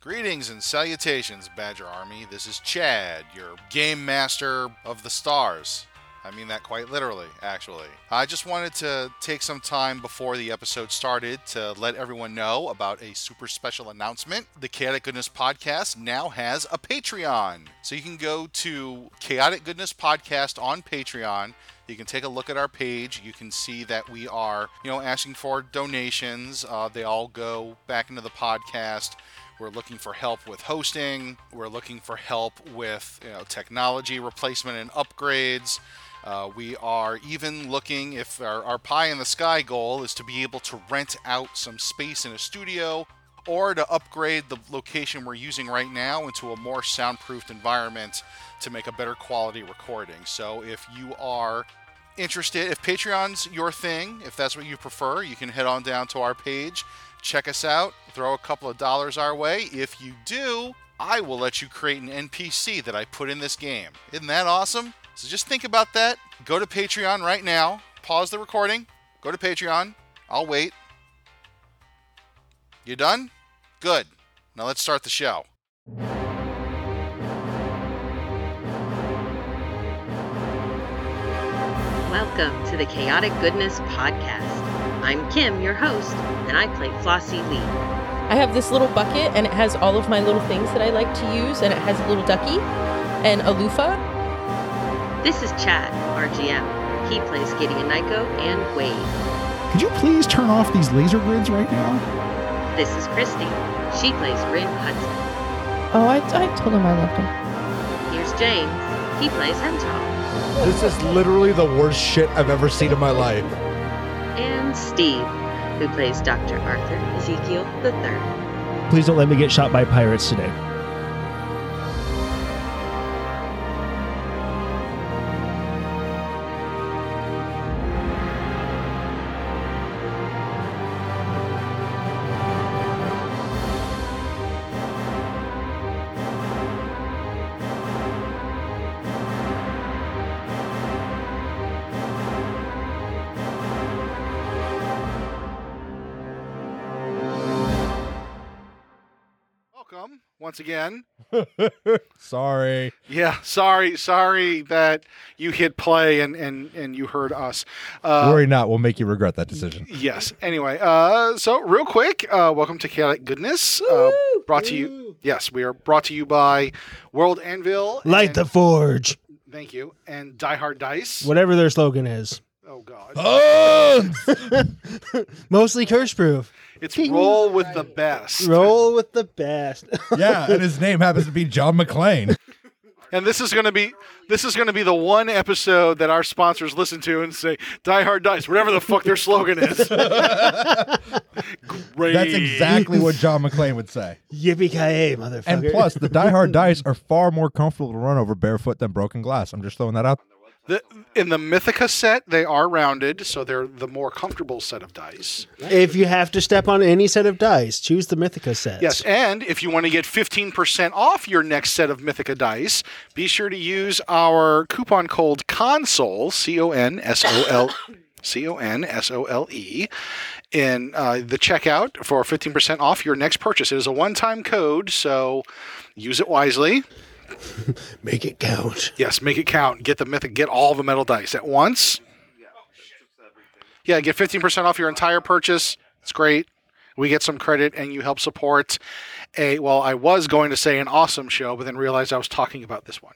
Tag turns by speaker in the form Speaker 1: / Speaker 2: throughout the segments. Speaker 1: Greetings and salutations, Badger Army. This is Chad, your game master of the stars. I mean that quite literally, actually. I just wanted to take some time before the episode started to let everyone know about a super special announcement. The Chaotic Goodness Podcast now has a Patreon. So you can go to Chaotic Goodness Podcast on Patreon. You can take a look at our page. You can see that we are, you know, asking for donations. Uh, they all go back into the podcast. We're looking for help with hosting. We're looking for help with you know, technology replacement and upgrades. Uh, we are even looking if our, our pie in the sky goal is to be able to rent out some space in a studio or to upgrade the location we're using right now into a more soundproofed environment to make a better quality recording. So if you are interested, if Patreon's your thing, if that's what you prefer, you can head on down to our page, check us out, throw a couple of dollars our way. If you do, I will let you create an NPC that I put in this game. Isn't that awesome? So just think about that. Go to Patreon right now, pause the recording, go to Patreon. I'll wait. You done? Good. Now let's start the show.
Speaker 2: Welcome to the Chaotic Goodness Podcast. I'm Kim, your host, and I play Flossie Lee.
Speaker 3: I have this little bucket and it has all of my little things that I like to use and it has a little ducky and a loofah.
Speaker 2: This is Chad, our GM. He plays Gideon Nyko and Wade.
Speaker 4: Could you please turn off these laser grids right now?
Speaker 2: This is Christy. She plays Rin Hudson.
Speaker 3: Oh, I, I told him I loved him.
Speaker 2: Here's James. He plays Hental.
Speaker 5: This is literally the worst shit I've ever seen in my life.
Speaker 2: And Steve, who plays Dr. Arthur Ezekiel III.
Speaker 6: Please don't let me get shot by pirates today.
Speaker 1: Welcome once again.
Speaker 5: Sorry.
Speaker 1: Yeah, sorry, sorry that you hit play and and and you heard us. Uh,
Speaker 5: Worry not, we'll make you regret that decision.
Speaker 1: yes. Anyway, uh, so real quick, uh, welcome to Chaotic Goodness. Uh, brought to you. Yes, we are brought to you by World Anvil.
Speaker 6: Light
Speaker 1: and-
Speaker 6: the forge,
Speaker 1: Thank you. And Die Hard Dice.
Speaker 6: whatever their slogan is.
Speaker 1: Oh God.
Speaker 6: Mostly curse proof.
Speaker 1: It's roll with the best.
Speaker 6: Roll with the best.
Speaker 5: yeah, and his name happens to be John McClane.
Speaker 1: And this is going to be this is going to be the one episode that our sponsors listen to and say "Die Hard Dice," whatever the fuck their slogan is. Great.
Speaker 5: That's exactly what John McClane would say.
Speaker 6: Yippee ki yay, motherfucker!
Speaker 5: And plus, the diehard dice are far more comfortable to run over barefoot than broken glass. I'm just throwing that out.
Speaker 1: The- in the Mythica set, they are rounded, so they're the more comfortable set of dice.
Speaker 7: If you have to step on any set of dice, choose the Mythica set.
Speaker 1: Yes, and if you want to get 15% off your next set of Mythica dice, be sure to use our coupon code CONSOLE, C O N S O L C O N S O L E, in uh, the checkout for 15% off your next purchase. It is a one time code, so use it wisely.
Speaker 7: Make it count.
Speaker 1: Yes, make it count. Get the mythic, get all the metal dice at once. Yeah, get 15% off your entire purchase. It's great. We get some credit and you help support a, well, I was going to say an awesome show, but then realized I was talking about this one.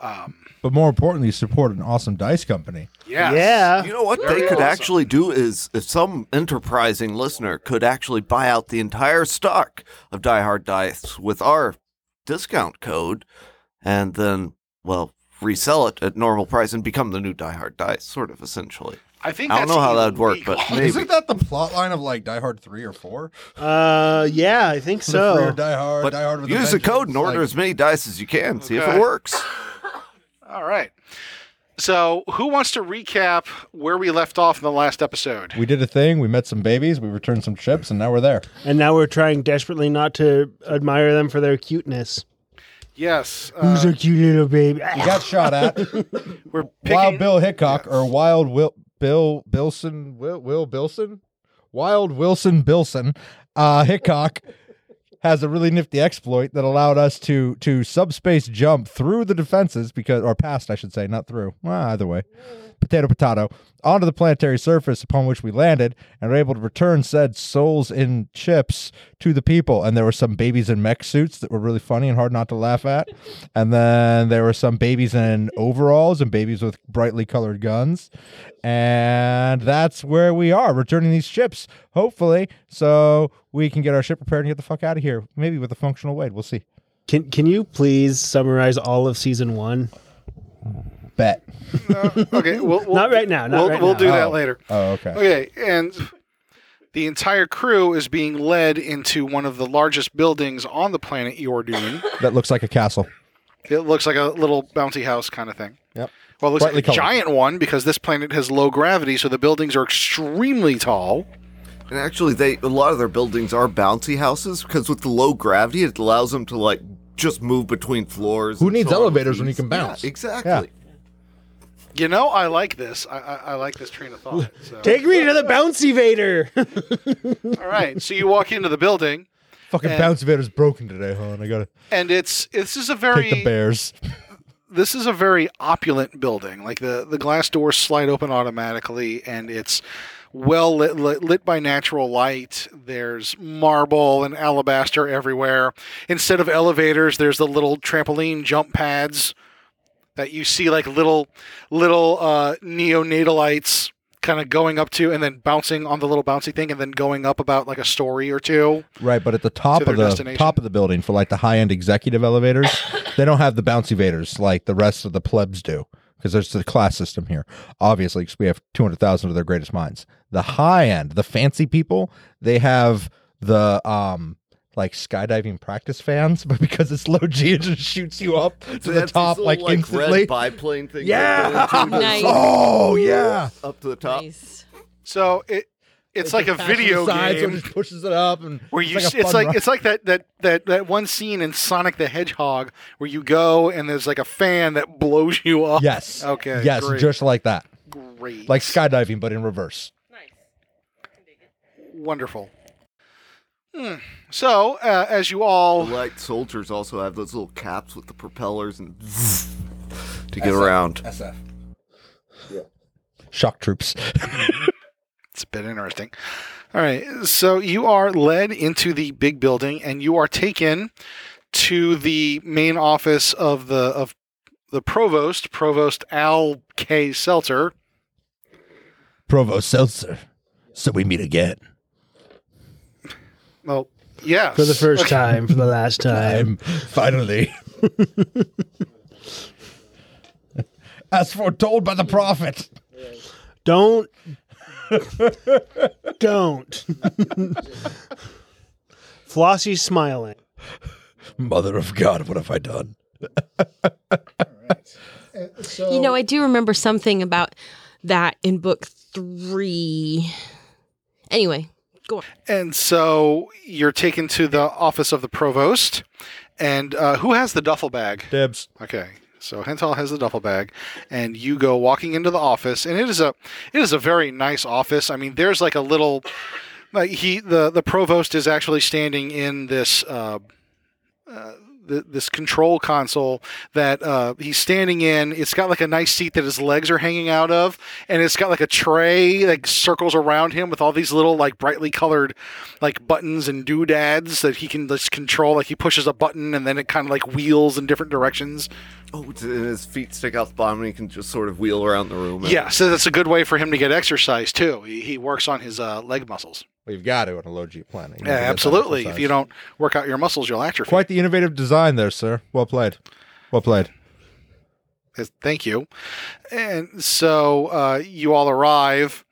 Speaker 5: But more importantly, support an awesome dice company.
Speaker 1: Yes.
Speaker 7: Yeah.
Speaker 8: You know what
Speaker 1: Very
Speaker 8: they could
Speaker 1: awesome.
Speaker 8: actually do is if some enterprising listener could actually buy out the entire stock of Die Hard Dice with our discount code and then, well, resell it at normal price and become the new Die Hard Dice, sort of essentially.
Speaker 1: I think
Speaker 8: I don't
Speaker 1: that's
Speaker 8: know how that'd work,
Speaker 1: illegal.
Speaker 8: but maybe.
Speaker 5: Isn't that the plot line of like Die Hard 3 or 4?
Speaker 7: Uh, yeah, I think
Speaker 5: The Freer
Speaker 7: so.
Speaker 5: Die Hard,
Speaker 8: But
Speaker 5: Die Hard with a
Speaker 8: use the code
Speaker 5: Vengeance,
Speaker 8: and order
Speaker 5: like-
Speaker 8: as many dice as you can. See if
Speaker 1: Okay.
Speaker 8: it works.
Speaker 1: All right. So, who wants to recap where we left off in the last episode?
Speaker 5: We did a thing. We met some babies. We returned some chips, and now we're there.
Speaker 7: And now we're trying desperately not to admire them for their cuteness.
Speaker 1: yes. uh,
Speaker 7: Who's a cute little baby? Ah.
Speaker 5: We got shot at.
Speaker 1: we're picking.
Speaker 5: Wild Bill Hickok or Wild Will Bill Bilson Will Will Bilson, Wild Wilson Bilson, uh, Hickok has a really nifty exploit that allowed us to to subspace jump through the defenses because or past I should say, not through. Well, either way. Potato potato onto the planetary surface upon which we landed and were able to return said souls in chips to the people. And there were some babies in mech suits that were really funny and hard not to laugh at. And then there were some babies in overalls and babies with brightly colored guns. And that's where we are, returning these ships, hopefully, so we can get our ship prepared and get the fuck out of here. Maybe with a functional wade. We'll see.
Speaker 7: Can Can you please summarize all of season one?
Speaker 5: Bet.
Speaker 1: Okay, we'll, we'll
Speaker 7: Not right now. Not
Speaker 1: we'll,
Speaker 7: right
Speaker 1: we'll
Speaker 7: now.
Speaker 1: do that
Speaker 5: Oh.
Speaker 1: later.
Speaker 5: Oh, okay.
Speaker 1: Okay, and the entire crew is being led into one of the largest buildings on the planet Yordune.
Speaker 5: That looks like a castle.
Speaker 1: it looks like a little bounty house kind of thing.
Speaker 5: Yep.
Speaker 1: Well, it looks
Speaker 5: Brightly
Speaker 1: like a
Speaker 5: colored.
Speaker 1: giant one because this planet has low gravity, so the buildings are extremely tall.
Speaker 8: And actually, they a lot of their buildings are bouncy houses because with the low gravity, it allows them to like just move between floors.
Speaker 5: Who
Speaker 8: and
Speaker 5: needs
Speaker 8: so on with
Speaker 5: elevators when you
Speaker 8: ease.
Speaker 5: can bounce?
Speaker 8: Yeah, exactly.
Speaker 1: You know, I like this. I, I, I like this train of thought. So.
Speaker 7: Take me to the bouncy Vader.
Speaker 1: All right, so you walk into the building,
Speaker 5: Fucking bounce vader's broken today, huh? And I gotta
Speaker 1: and it's this is a
Speaker 5: take the
Speaker 1: very
Speaker 5: bears.
Speaker 1: this is a very opulent building. Like the the glass doors slide open automatically, and it's well lit, lit, lit by natural light. There's marble and alabaster everywhere. Instead of elevators, there's the little trampoline jump pads that you see like little little uh, neonatalites kind of going up to and then bouncing on the little bouncy thing and then going up about like a story or two.
Speaker 5: Right, but at the top
Speaker 1: To their
Speaker 5: of the
Speaker 1: destination.
Speaker 5: top of the building for like the high end executive elevators, they don't have the bouncy vaders like the rest of the plebs do because there's the class system here. Obviously, because we have two hundred thousand of their greatest minds. The high end, the fancy people, they have the um like skydiving practice fans, but because it's low G, it just shoots you up to the
Speaker 8: That's
Speaker 5: top
Speaker 8: this little,
Speaker 5: like, instantly.
Speaker 8: red biplane thing.
Speaker 7: Yeah!
Speaker 8: they go into to
Speaker 9: Nice.
Speaker 5: Oh yeah,
Speaker 8: Up to the top.
Speaker 9: Nice.
Speaker 1: So it it's like a
Speaker 5: Just passes
Speaker 1: video
Speaker 5: the sides
Speaker 1: game.
Speaker 5: and just pushes it up and
Speaker 1: where you
Speaker 5: a
Speaker 1: s- it's
Speaker 5: fun
Speaker 1: like
Speaker 5: ride.
Speaker 1: it's like that, that that that one scene in Sonic the Hedgehog where you go and there's like a fan that blows you up.
Speaker 5: yes,
Speaker 1: Okay.
Speaker 5: yes,
Speaker 1: Great.
Speaker 5: just like that,
Speaker 1: great.
Speaker 5: like skydiving but in reverse.
Speaker 1: wonderful. Hmm. So uh, as you all,
Speaker 8: The light soldiers also have those little caps with the propellers and to get around.
Speaker 5: SF. Shock troops.
Speaker 1: it's a bit interesting. All right. So you are led into the big building and you are taken to the main office of the of the provost, Provost Al K. Seltzer.
Speaker 5: Provost Seltzer. So we meet again.
Speaker 1: Well, yes.
Speaker 7: For the first time, for the last time.
Speaker 5: I'm finally. As foretold by the prophet.
Speaker 7: Don't. don't. Flossie's smiling.
Speaker 5: Mother of God, what have I done?
Speaker 6: So,
Speaker 3: You know, I do remember something about that in book three. Anyway, go on.
Speaker 1: And so you're taken to the office of the provost. And uh, who has the duffel bag?
Speaker 5: Dibs.
Speaker 1: Okay, so Hental has the duffel bag, and you go walking into the office, and it is a it is a very nice office. I mean, there's like a little like he the the provost is actually standing in this. Uh, uh, th- this control console that uh, he's standing in, it's got like a nice seat that his legs are hanging out of, and it's got like a tray that circles around him with all these little like brightly colored like buttons and doodads that he can just control. Like he pushes a button and then it kind of like wheels in different directions.
Speaker 8: Oh, and his feet stick out the bottom, and he can just sort of wheel around the room. and-
Speaker 1: Yeah, so that's a good way for him to get exercise too. He, he works on his uh, leg muscles.
Speaker 5: We've got to on a low G planet. You
Speaker 1: Yeah,
Speaker 5: know, that's
Speaker 1: absolutely.
Speaker 5: exercise.
Speaker 1: If you don't work out your muscles, you'll atrophy.
Speaker 5: Quite the innovative design there, sir. Well played. Well played.
Speaker 1: Yes, Thank you. And so uh, you all arrive,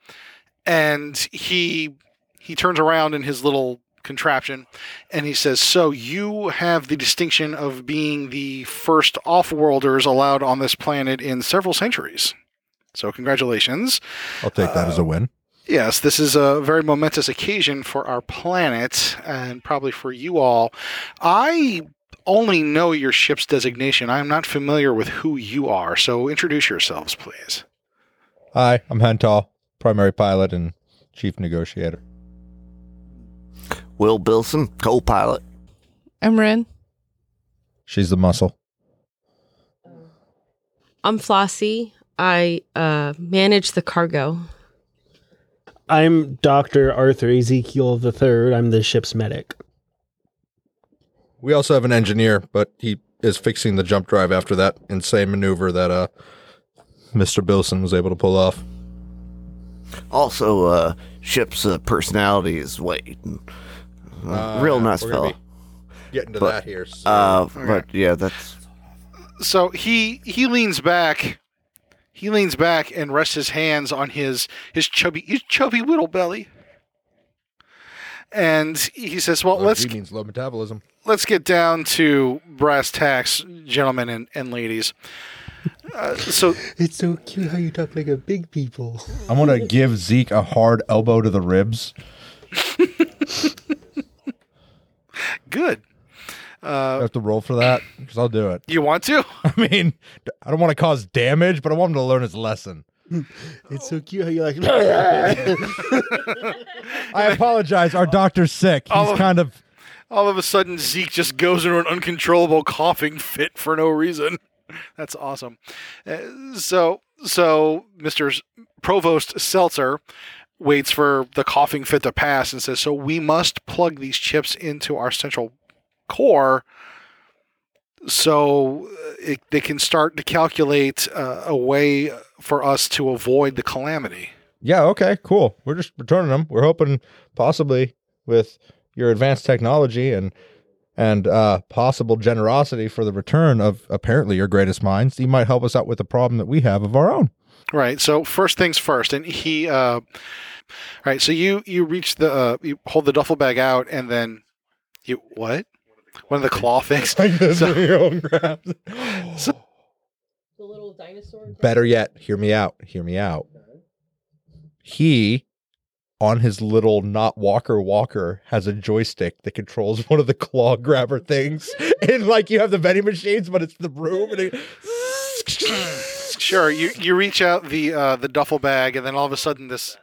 Speaker 1: and he he turns around in his little contraption, and he says, "So you have the distinction of being the first off-worlders allowed on this planet in several centuries. So congratulations."
Speaker 5: I'll take that
Speaker 1: Uh,
Speaker 5: as a win.
Speaker 1: Yes, this is a very momentous occasion for our planet and probably for you all. I only know your ship's designation. I'm not familiar with who you are, so introduce yourselves, please.
Speaker 5: Hi, I'm Hental, primary pilot and chief negotiator.
Speaker 8: Will Bilson, co-pilot.
Speaker 10: Emerin.
Speaker 5: She's the muscle.
Speaker 3: I'm Flossie. I uh, manage the cargo.
Speaker 7: I'm Dr. Arthur Ezekiel III. I'm the ship's medic.
Speaker 5: We also have an engineer, but he is fixing the jump drive after that insane maneuver that uh, Mr. Bilson was able to pull off.
Speaker 8: Also, uh, ship's uh, personality is Wade. Uh,
Speaker 5: Uh,
Speaker 8: real
Speaker 5: yeah,
Speaker 8: nice
Speaker 5: we're gonna
Speaker 8: fella.
Speaker 5: be getting to that here, so-
Speaker 8: Uh,
Speaker 5: Okay.
Speaker 8: But yeah, that's
Speaker 1: So he he leans back, he leans back and rests his hands on his his chubby his chubby little belly, and he says, "Well, let's
Speaker 5: G means low metabolism.
Speaker 1: let's get down to brass tacks, gentlemen and, and ladies." Uh, so
Speaker 6: It's so cute how you talk like a big people.
Speaker 5: I'm gonna give Zeke a hard elbow to the ribs.
Speaker 1: good.
Speaker 5: I
Speaker 1: Uh,
Speaker 5: have to roll for that because I'll do it.
Speaker 1: you want to?
Speaker 5: I mean, I don't want to cause damage, but I want him to learn his lesson.
Speaker 6: It's so cute how you like.
Speaker 5: I apologize. Our doctor's sick.
Speaker 1: All
Speaker 5: He's
Speaker 1: of-
Speaker 5: kind of
Speaker 1: All of a sudden, Zeke just goes into an uncontrollable coughing fit for no reason. That's awesome. Uh, so, so Mr. S- Provost Seltzer waits for the coughing fit to pass and says, "So we must plug these chips into our central core, so uh, it, they can start to calculate uh, a way for us to avoid the calamity."
Speaker 5: yeah. Okay, cool. We're just returning them. We're hoping possibly with your advanced technology and and uh, possible generosity for the return of apparently your greatest minds, you might help us out with the problem that we have of our own.
Speaker 1: Right. So first things first, and he. Uh, all right. So you you reach the uh, you hold the duffel bag out, and then you what? One of the claw things. So-
Speaker 9: The little dinosaur.
Speaker 5: Better yet, hear me out. Hear me out. He, on his little not walker walker, has a joystick that controls one of the claw grabber things. and like you have the vending machines, but it's the room. And it,
Speaker 1: sure. You you reach out the uh, the duffel bag, and then all of a sudden this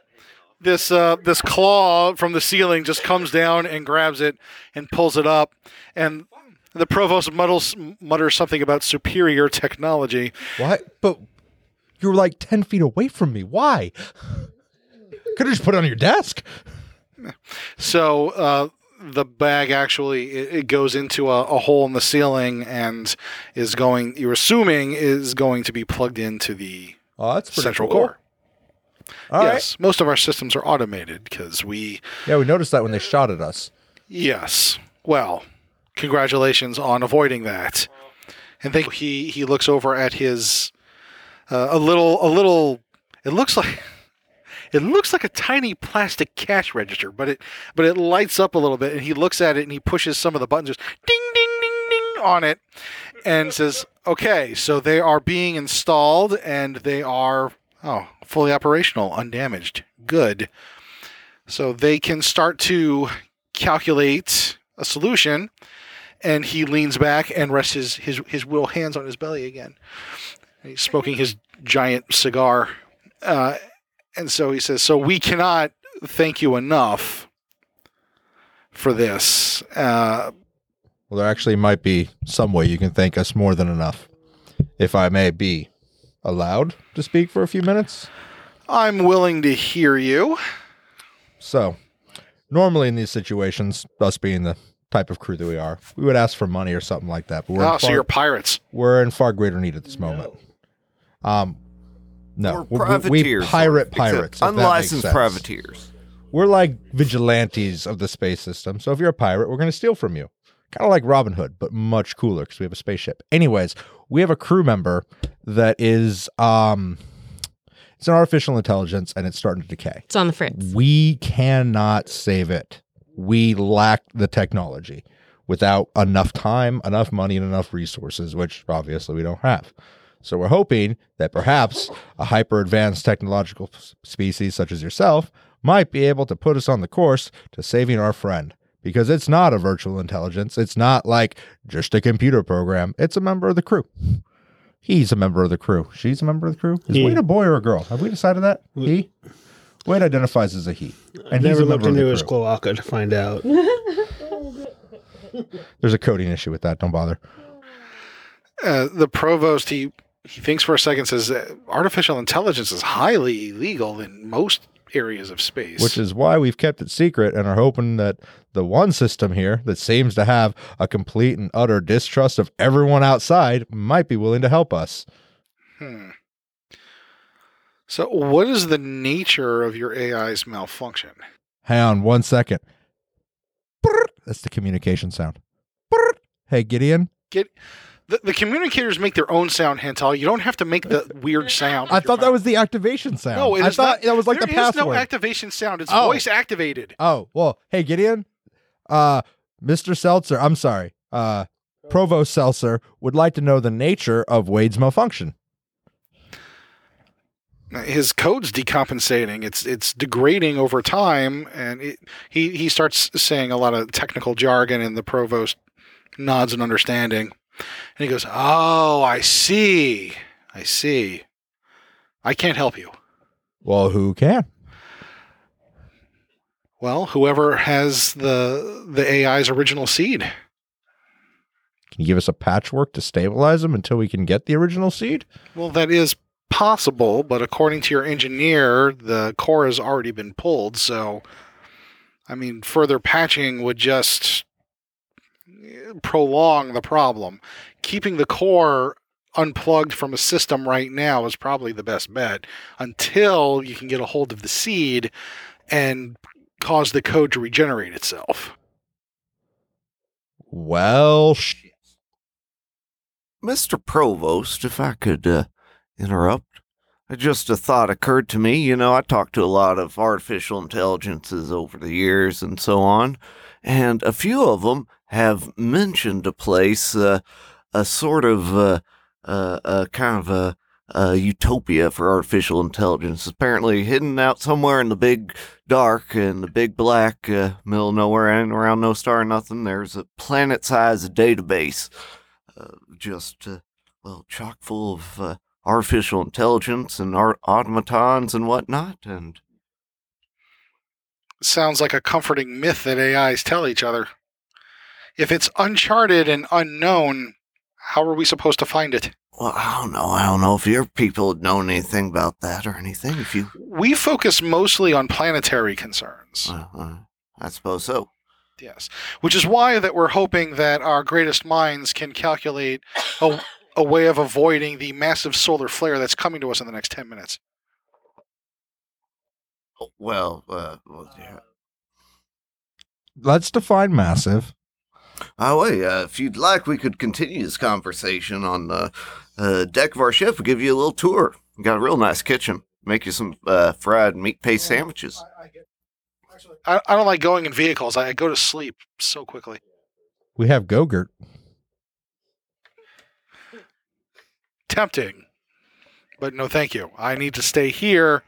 Speaker 1: this uh, this claw from the ceiling just comes down and grabs it and pulls it up, and the provost muddles, mutters something about superior technology.
Speaker 5: what? But you're like 10 feet away from me. Why? Could have just put it on your desk.
Speaker 1: So uh, the bag actually it, it goes into a, a hole in the ceiling and is going. You're assuming is going to be plugged into the
Speaker 5: Oh, that's pretty
Speaker 1: central
Speaker 5: cool.
Speaker 1: core.
Speaker 5: All right.
Speaker 1: yes, most of our systems are automated because we.
Speaker 5: Yeah, we noticed that when they shot at us.
Speaker 1: Yes, well, congratulations on avoiding that. And then he he looks over at his uh, a little a little. It looks like. It looks like a tiny plastic cash register, but it but it lights up a little bit, and he looks at it and he pushes some of the buttons, just ding ding ding ding on it, and says, "Okay, so they are being installed, and they are oh fully operational, undamaged, good. So they can start to calculate a solution." And he leans back and rests his his his little hands on his belly again. He's smoking his giant cigar. Uh, and so he says, So we cannot thank you enough for this. Uh,
Speaker 5: Well, there actually might be some way you can thank us more than enough. If I may be allowed to speak for a few minutes.
Speaker 1: I'm willing to hear you.
Speaker 5: So, normally in these situations, us being the type of crew that we are, we would ask for money or something like that. But we're,
Speaker 1: Oh,
Speaker 5: in,
Speaker 1: so
Speaker 5: far,
Speaker 1: you're pirates.
Speaker 5: we're in far greater need at this moment. Um,
Speaker 8: We're
Speaker 5: no, we- we- we,
Speaker 8: privateers,
Speaker 5: pirate
Speaker 8: except
Speaker 5: pirates. if that makes
Speaker 8: unlicensed
Speaker 5: sense.
Speaker 8: privateers.
Speaker 5: We're like vigilantes of the space system. So if you're a pirate, we're going to steal from you. Kind of like Robin Hood, but much cooler because we have a spaceship. Anyways, we have a crew member that is um it's an artificial intelligence and it's starting to decay.
Speaker 3: It's on the fritz.
Speaker 5: We cannot save it. We lack the technology without enough time, enough money, and enough resources, which obviously we don't have. So we're hoping that perhaps a hyper advanced technological s- species such as yourself might be able to put us on the course to saving our friend. Because it's not a virtual intelligence. It's not like just a computer program. It's a member of the crew. He's a member of the crew. She's a member of the crew. Is
Speaker 7: He.
Speaker 5: Wade a boy or a girl? Have we decided that?
Speaker 7: We-
Speaker 5: He? Wade identifies as a he.
Speaker 7: I
Speaker 5: he's
Speaker 7: never
Speaker 5: a
Speaker 7: looked
Speaker 5: member of the
Speaker 7: into his
Speaker 5: crew.
Speaker 7: cloaca to find out.
Speaker 5: There's a coding issue with that. Don't bother.
Speaker 1: Uh, the provost, he, he thinks for a second, says uh, artificial intelligence is highly illegal in most areas of space.
Speaker 5: Which is why we've kept it secret and are hoping that the one system here that seems to have a complete and utter distrust of everyone outside might be willing to help us.
Speaker 1: Hmm. So, what is the nature of your AI's malfunction?
Speaker 5: Hang on one second. Brrrt. That's the communication sound. Brrrt. Hey, Gideon.
Speaker 1: Get the, the communicators make their own sound, Hental. You don't have to make the weird sound.
Speaker 5: I thought that was the activation sound.
Speaker 1: No, it
Speaker 5: I
Speaker 1: is
Speaker 5: thought
Speaker 1: not-
Speaker 5: that was like the
Speaker 1: There is
Speaker 5: password.
Speaker 1: no activation sound. It's
Speaker 5: Oh.
Speaker 1: voice activated.
Speaker 5: Oh, well, hey Gideon. Uh Mr. Seltzer, I'm sorry. Uh Provost Seltzer would like to know the nature of Wade's malfunction.
Speaker 1: His code's decompensating. It's it's degrading over time, and it, he he starts saying a lot of technical jargon, and the provost nods in understanding, and he goes, "Oh, I see, I see. I can't help you.
Speaker 5: Well, who can?
Speaker 1: Well, whoever has the the AI's original seed."
Speaker 5: Can you give us a patchwork to stabilize him until we can get the original seed?
Speaker 1: Well, that is possible, but according to your engineer, the core has already been pulled, so I mean, further patching would just eh, prolong the problem. Keeping the core unplugged from a system right now is probably the best bet until you can get a hold of the seed and cause the code to regenerate itself.
Speaker 5: Well, sh-
Speaker 8: Mr. Provost, if I could uh, interrupt, I just a thought occurred to me. You know, I talked to a lot of artificial intelligences over the years and so on, and a few of them have mentioned a place, uh, a sort of uh, uh, a kind of a, a utopia for artificial intelligence, apparently hidden out somewhere in the big dark and the big black uh, middle of nowhere, and around no star, nothing. There's a planet-sized database uh, just uh, well chock full of uh, artificial intelligence and art- automatons and whatnot and
Speaker 1: sounds like a comforting myth that AIs tell each other. If it's uncharted and unknown, how are we supposed to find it?
Speaker 8: well i don't know i don't know if your people had known anything about that or anything if you
Speaker 1: We focus mostly on planetary concerns.
Speaker 8: uh, uh, i suppose so
Speaker 1: Yes. Which is why that we're hoping that our greatest minds can calculate a, a way of avoiding the massive solar flare that's coming to us in the next 10 minutes.
Speaker 8: well, uh, well yeah.
Speaker 5: let's define massive.
Speaker 8: Oh, wait, uh, if you'd like, we could continue this conversation on the uh, deck of our ship. We'll give you a little tour. We got a real nice kitchen. Make you some uh, fried meat paste sandwiches.
Speaker 1: I, I don't like going in vehicles. I, I go to sleep so quickly.
Speaker 5: We have Gogurt.
Speaker 1: tempting. But no, thank you. I need to stay here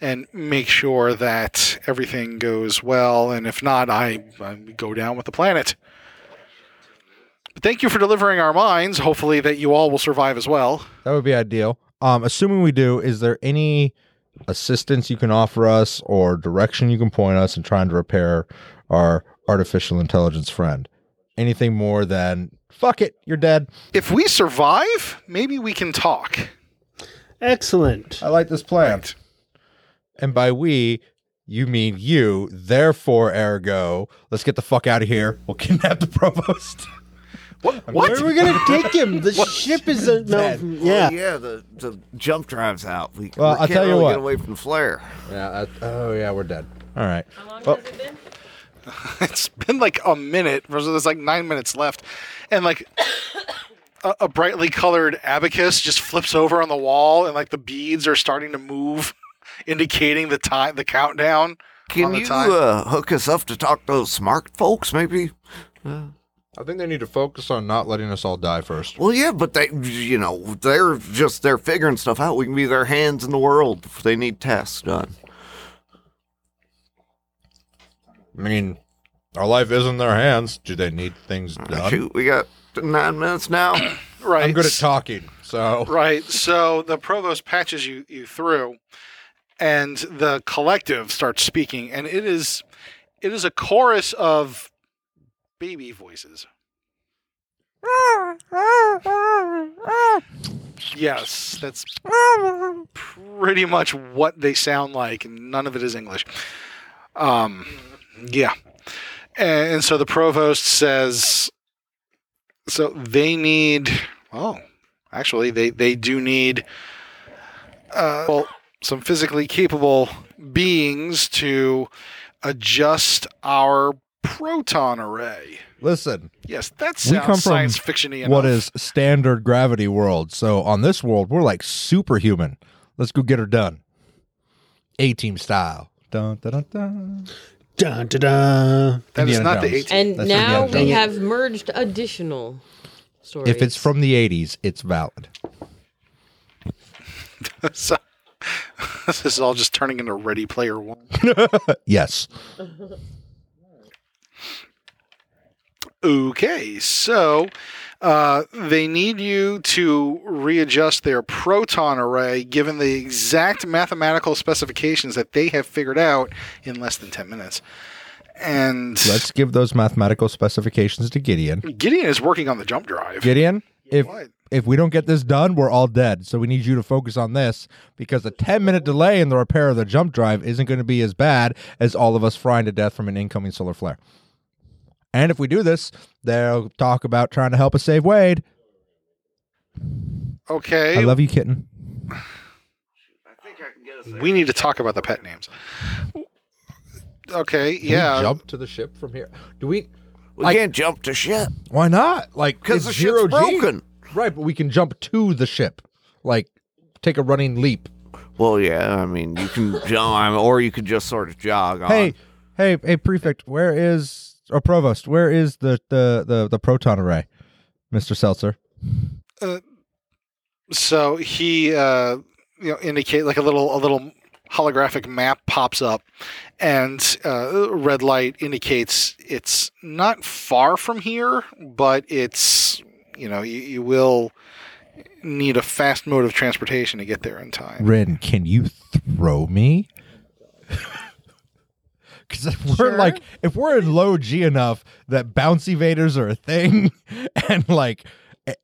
Speaker 1: and make sure that everything goes well. And if not, I, I go down with the planet. But thank you for delivering our minds. Hopefully, that you all will survive as well.
Speaker 5: That would be ideal. Um, assuming we do, is there any assistance you can offer us or direction you can point us in trying to repair our artificial intelligence friend? Anything more than fuck it, you're dead.
Speaker 1: If we survive, maybe we can talk.
Speaker 7: Excellent.
Speaker 5: I like this plan. And by we, you mean you. Therefore, ergo, let's get the fuck out of here. We'll kidnap the provost.
Speaker 1: What?
Speaker 7: Where are we gonna take him? The ship is a no.
Speaker 5: Dead.
Speaker 8: Well,
Speaker 7: Yeah.
Speaker 8: Oh, yeah, the, the jump drive's out. We,
Speaker 5: Well,
Speaker 8: we
Speaker 5: I'll
Speaker 8: can't
Speaker 5: tell you
Speaker 8: really
Speaker 5: what.
Speaker 8: get away from the flare.
Speaker 5: Yeah. oh yeah, we're dead. All right.
Speaker 1: it's been like a minute. There's like nine minutes left, and like a, a brightly colored abacus just flips over on the wall, and like the beads are starting to move, indicating the time, the countdown. on
Speaker 8: Can
Speaker 1: the
Speaker 8: you
Speaker 1: time.
Speaker 8: uh, hook us up to talk to those smart folks, maybe?
Speaker 5: I think they need to focus on not letting us all die first.
Speaker 8: Well, yeah, but they, you know, they're just they're figuring stuff out. We can be their hands in the world if they need tasks done.
Speaker 5: I mean, our life is in their hands. Do they need things done?
Speaker 8: Shoot, we got nine minutes now.
Speaker 1: Right.
Speaker 5: I'm good at talking, so
Speaker 1: Right. So the provost patches you you through, and the collective starts speaking, and it is it is a chorus of baby voices. Yes, that's pretty much what they sound like, and none of it is English. Um, yeah. And, and so the provost says, so they need, oh, actually, they, they do need, uh, well, some physically capable beings to adjust our proton array.
Speaker 5: Listen,
Speaker 1: Yes, that
Speaker 5: We come
Speaker 1: sounds
Speaker 5: from
Speaker 1: science fictiony enough.
Speaker 5: what is standard gravity world? So on this world, we're like superhuman. Let's go get her done. A team style. Dun, dun, dun, dun.
Speaker 7: Dun, dun, dun.
Speaker 1: That is
Speaker 5: Indiana
Speaker 1: not
Speaker 5: Jones.
Speaker 1: the 18.
Speaker 3: And
Speaker 5: That's
Speaker 3: now
Speaker 5: Indiana
Speaker 3: we
Speaker 5: Jones.
Speaker 3: have merged additional stories.
Speaker 5: If it's from the 80s, it's valid.
Speaker 1: so, this is all just turning into Ready Player One.
Speaker 5: Yes.
Speaker 1: Okay, so uh, they need you to readjust their proton array given the exact mathematical specifications that they have figured out in less than 10 minutes. And
Speaker 5: Let's give those mathematical specifications to Gideon.
Speaker 1: Gideon is working on the jump drive.
Speaker 5: Gideon, if
Speaker 1: What?
Speaker 5: if we don't get this done, we're all dead. So we need you to focus on this because a 10 minute delay in the repair of the jump drive isn't going to be as bad as all of us frying to death from an incoming solar flare. And if we do this, they'll talk about trying to help us save Wade.
Speaker 1: Okay.
Speaker 5: I love you, kitten.
Speaker 1: we need to talk about the pet names. Okay, yeah.
Speaker 5: jump to the ship from here. Do we?
Speaker 8: We can't jump to shit
Speaker 5: Why not? Like, it's
Speaker 8: because the
Speaker 5: zero
Speaker 8: shit's
Speaker 5: G.
Speaker 8: broken.
Speaker 5: Right, but we can jump to the ship. Like, take a running leap.
Speaker 8: Well, yeah, I mean, you can jump, or you could just sort of jog on.
Speaker 5: Hey, hey, hey, prefect, where is or provost? Where is the the the, the proton array, Mister Seltzer?
Speaker 1: so he uh you know indicate like a little a little holographic map pops up and uh red light indicates it's not far from here but it's you know you, you will need a fast mode of transportation to get there in time
Speaker 5: Rin, can you throw me? Because if we're
Speaker 9: Sure.
Speaker 5: like, if we're in low G enough that bounce evaders are a thing, and like eh,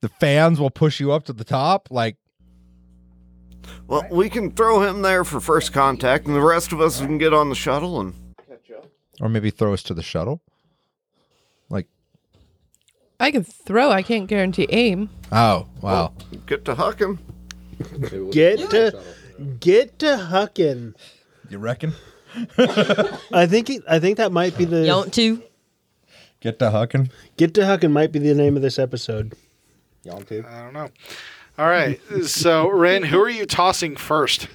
Speaker 5: the fans will push you up to the top, like
Speaker 8: Well, we can throw him there for first contact, and the rest of us can get on the shuttle and.
Speaker 5: or maybe throw us to the shuttle. Like,
Speaker 10: I can throw. I can't guarantee aim.
Speaker 5: oh wow,
Speaker 8: Get to huck him.
Speaker 7: Get to get to huckin.
Speaker 5: you reckon?
Speaker 7: I think it, I think that might be the
Speaker 3: Don't do.
Speaker 5: Get to hucking.
Speaker 7: get to huckin might be the name of this episode.
Speaker 1: i don't know all right so ren who are you tossing first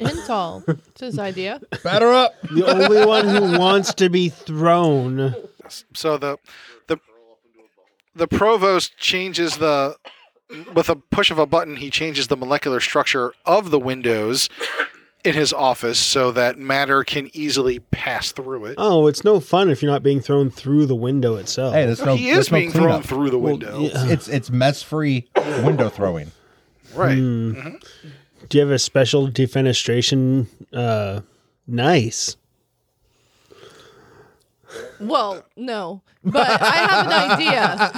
Speaker 10: Intel. It's his idea.
Speaker 5: Batter up.
Speaker 7: The only one who wants to be thrown.
Speaker 1: so the the the provost changes the with a push of a button he changes the molecular structure of the windows in his office so that matter can easily pass through it
Speaker 7: Oh, it's no fun if you're not being thrown through the window itself.
Speaker 5: Hey, there's no.
Speaker 1: he
Speaker 5: there's
Speaker 1: is
Speaker 5: no
Speaker 1: being thrown
Speaker 5: cleanup.
Speaker 1: through the window
Speaker 7: yeah.
Speaker 5: It's it's mess free window throwing.
Speaker 1: right
Speaker 5: Hmm.
Speaker 7: Do you have a special defenestration? Uh, nice.
Speaker 10: Well, no, but I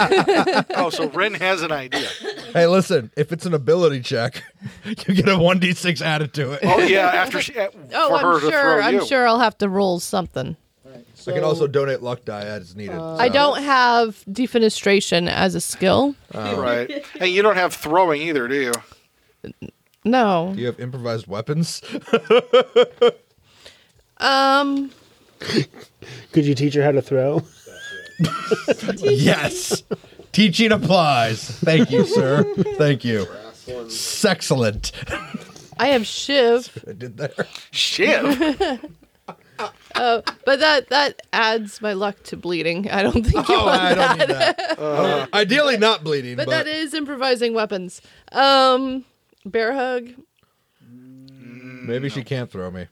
Speaker 10: have an idea.
Speaker 1: oh so ren has an idea
Speaker 5: Hey, listen, if it's an ability check, you get a one d six added to it.
Speaker 1: oh yeah after she eh,
Speaker 10: Oh,
Speaker 1: for her to
Speaker 10: I'm
Speaker 1: throw
Speaker 10: sure. I'm
Speaker 1: you
Speaker 10: sure I'll have to roll something.
Speaker 5: I can also donate luck die as needed.
Speaker 10: I don't have defenestration as a skill.
Speaker 1: right and you don't have throwing either do you
Speaker 10: No.
Speaker 5: you have improvised weapons?
Speaker 10: Um.
Speaker 7: Could you teach her how to throw?
Speaker 5: yes. Teaching applies. Thank you, sir. Thank you. Sexcellent.
Speaker 10: I have shiv,
Speaker 5: I did there.
Speaker 1: shit
Speaker 10: but that that adds my luck to bleeding. I don't think you
Speaker 5: Oh,
Speaker 10: want
Speaker 5: I
Speaker 10: that.
Speaker 5: don't need that. Ideally, not bleeding,
Speaker 10: But,
Speaker 5: but,
Speaker 10: that is improvising weapons. Um, bear hug.
Speaker 5: maybe she can't throw me.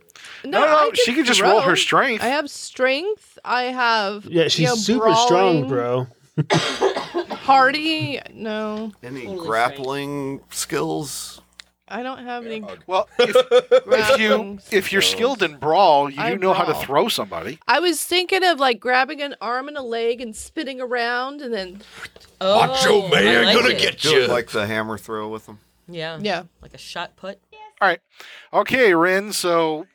Speaker 10: No,
Speaker 1: no,
Speaker 10: I
Speaker 1: she can just roll her
Speaker 10: throw.
Speaker 1: strength.
Speaker 10: I have strength. I have
Speaker 7: Yeah, she's
Speaker 10: you know,
Speaker 7: super
Speaker 10: brawling,
Speaker 7: strong, bro.
Speaker 10: Hardy. No,
Speaker 8: Any grappling skills?
Speaker 10: I don't have any.
Speaker 1: Well, if, if you if you're
Speaker 10: Throws.
Speaker 1: skilled in brawl, you
Speaker 10: I
Speaker 1: know how to
Speaker 10: brawl.
Speaker 1: throw somebody.
Speaker 10: I was thinking of like grabbing an arm and a leg and spinning around and then. Oh,
Speaker 1: Macho Man
Speaker 10: I like
Speaker 1: gonna
Speaker 10: it.
Speaker 1: get
Speaker 8: Do it
Speaker 1: ya.
Speaker 8: like the hammer throw with them.
Speaker 9: Yeah.
Speaker 10: Yeah.
Speaker 9: Like a shot put.
Speaker 1: All right, okay, Rin. So,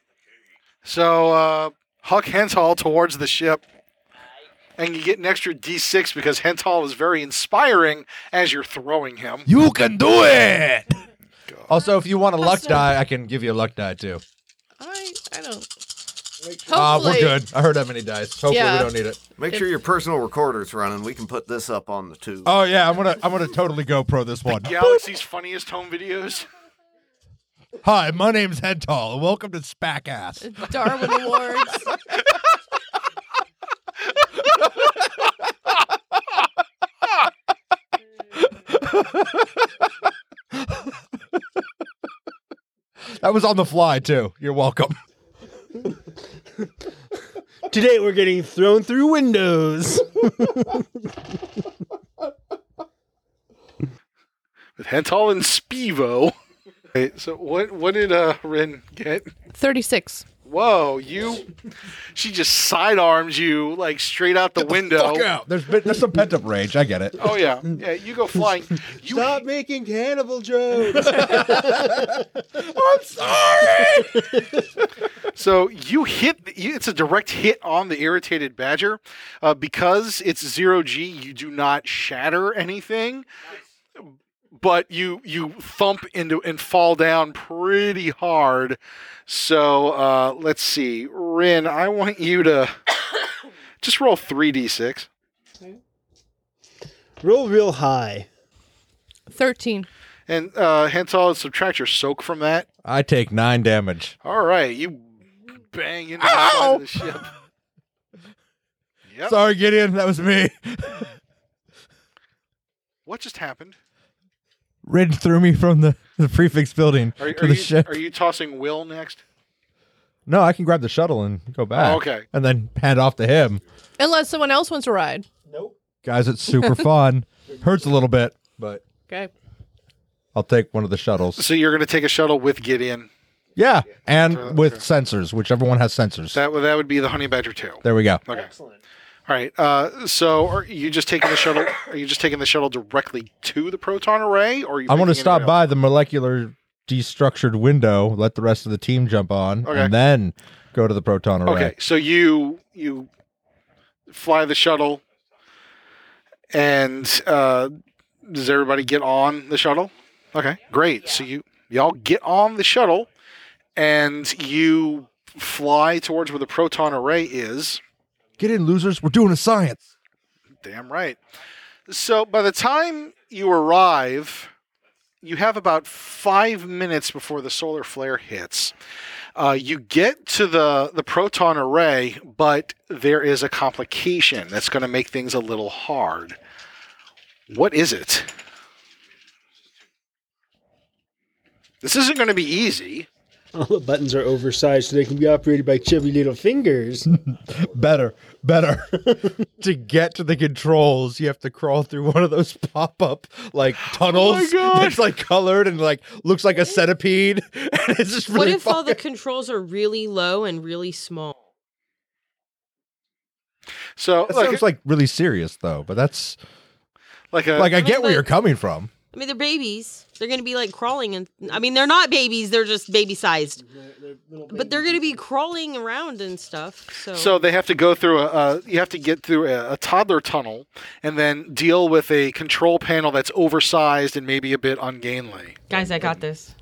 Speaker 1: so uh, Huck Henthal towards the ship, and you get an extra D6 because Henthal is very inspiring as you're throwing him.
Speaker 5: You can do it. Also, if you want a luck die, I can give you a luck die too.
Speaker 10: I, I don't. Hopefully,
Speaker 5: Ah, we're good. I heard that many dice. Hopefully,
Speaker 10: Yeah.
Speaker 5: we don't need it.
Speaker 8: Make
Speaker 10: If-
Speaker 8: sure your personal recorder's running. We can put this up on the tube.
Speaker 5: Oh yeah, I'm gonna I'm gonna totally GoPro this one.
Speaker 1: Galaxy's funniest home videos.
Speaker 5: Hi, my name's Hental, and welcome to Spack Ass.
Speaker 10: Darwin Awards.
Speaker 5: That was on the fly too. You're welcome.
Speaker 7: Today we're getting thrown through windows.
Speaker 1: with Henthal and Spivo. Okay, so what what did uh Rin get?
Speaker 10: 36.
Speaker 1: Whoa, you she just sidearms you like straight out the, window.
Speaker 5: Fuck out. There's been, there's some pent up rage. I get it.
Speaker 1: Oh yeah. Yeah, you go flying. You
Speaker 6: Stop making cannibal jokes.
Speaker 5: I'm sorry.
Speaker 1: So you hit you, it's a direct hit on the irritated badger. Uh, because it's 0 G, you do not shatter anything. But you you thump into and fall down pretty hard. So uh, let's see. Rin, I want you to just roll 3d6.
Speaker 7: Roll real high.
Speaker 10: 13.
Speaker 1: And uh, Hental, subtract your soak from that.
Speaker 5: I take nine damage.
Speaker 1: All right, you bang into the side of the ship. Yep.
Speaker 5: Sorry, Gideon. That was me.
Speaker 1: What just happened?
Speaker 5: Rid threw me from the, the prefix building
Speaker 1: Are,
Speaker 5: to
Speaker 1: are
Speaker 5: the
Speaker 1: you
Speaker 5: ship.
Speaker 1: are you tossing Will next?
Speaker 5: No, I can grab the shuttle and go back.
Speaker 1: Oh, okay.
Speaker 5: And then hand off to him.
Speaker 10: Unless someone else wants a ride.
Speaker 5: Guys, it's super fun. Hurts a little bit, but
Speaker 10: Okay.
Speaker 5: I'll take one of the shuttles.
Speaker 1: So you're going to take a shuttle with Gideon.
Speaker 5: Yeah, and with sensors, which everyone has sensors.
Speaker 1: That would- that would be the Honey Badger too.
Speaker 5: there we go.
Speaker 1: Okay. All right. Uh, so are you just taking the shuttle? Are you just taking the shuttle directly to the proton array, or are you
Speaker 5: I want to
Speaker 1: picking
Speaker 5: stop
Speaker 1: anywhere else?
Speaker 5: by the molecular destructured window, let the rest of the team jump on,
Speaker 1: Okay.
Speaker 5: and then go to the proton array.
Speaker 1: Okay. So you you fly the shuttle, and uh, does everybody get on the shuttle? Okay, great. So you y'all get on the shuttle, and you fly towards where the proton array is.
Speaker 5: Get in, losers. We're doing a science.
Speaker 1: Damn right. So by the time you arrive, you have about five minutes before the solar flare hits. Uh, you get to the, the proton array, but there is a complication that's going to make things a little hard. What is it? This isn't going to be easy.
Speaker 7: All the buttons are oversized so they can be operated by chubby little fingers.
Speaker 5: Better, better. to get to the controls, you have to crawl through one of those pop-up like tunnels
Speaker 1: Oh God.
Speaker 5: that's like colored and like looks like a centipede. And it's just really
Speaker 3: what if all the
Speaker 5: fucking-
Speaker 3: controls are really low and really small?
Speaker 1: So,
Speaker 5: That
Speaker 1: like,
Speaker 5: sounds like really serious though, but that's
Speaker 1: like a
Speaker 5: like I get where
Speaker 3: but-
Speaker 5: you're coming from.
Speaker 3: I mean, they're babies. They're going to be like crawling, and I mean, they're not babies. They're just baby sized, but they're going to be crawling around and stuff. So,
Speaker 1: So they have to go through a, uh, you have to get through a, a toddler tunnel and then deal with a control panel that's oversized and maybe a bit ungainly.
Speaker 3: guys, I got this.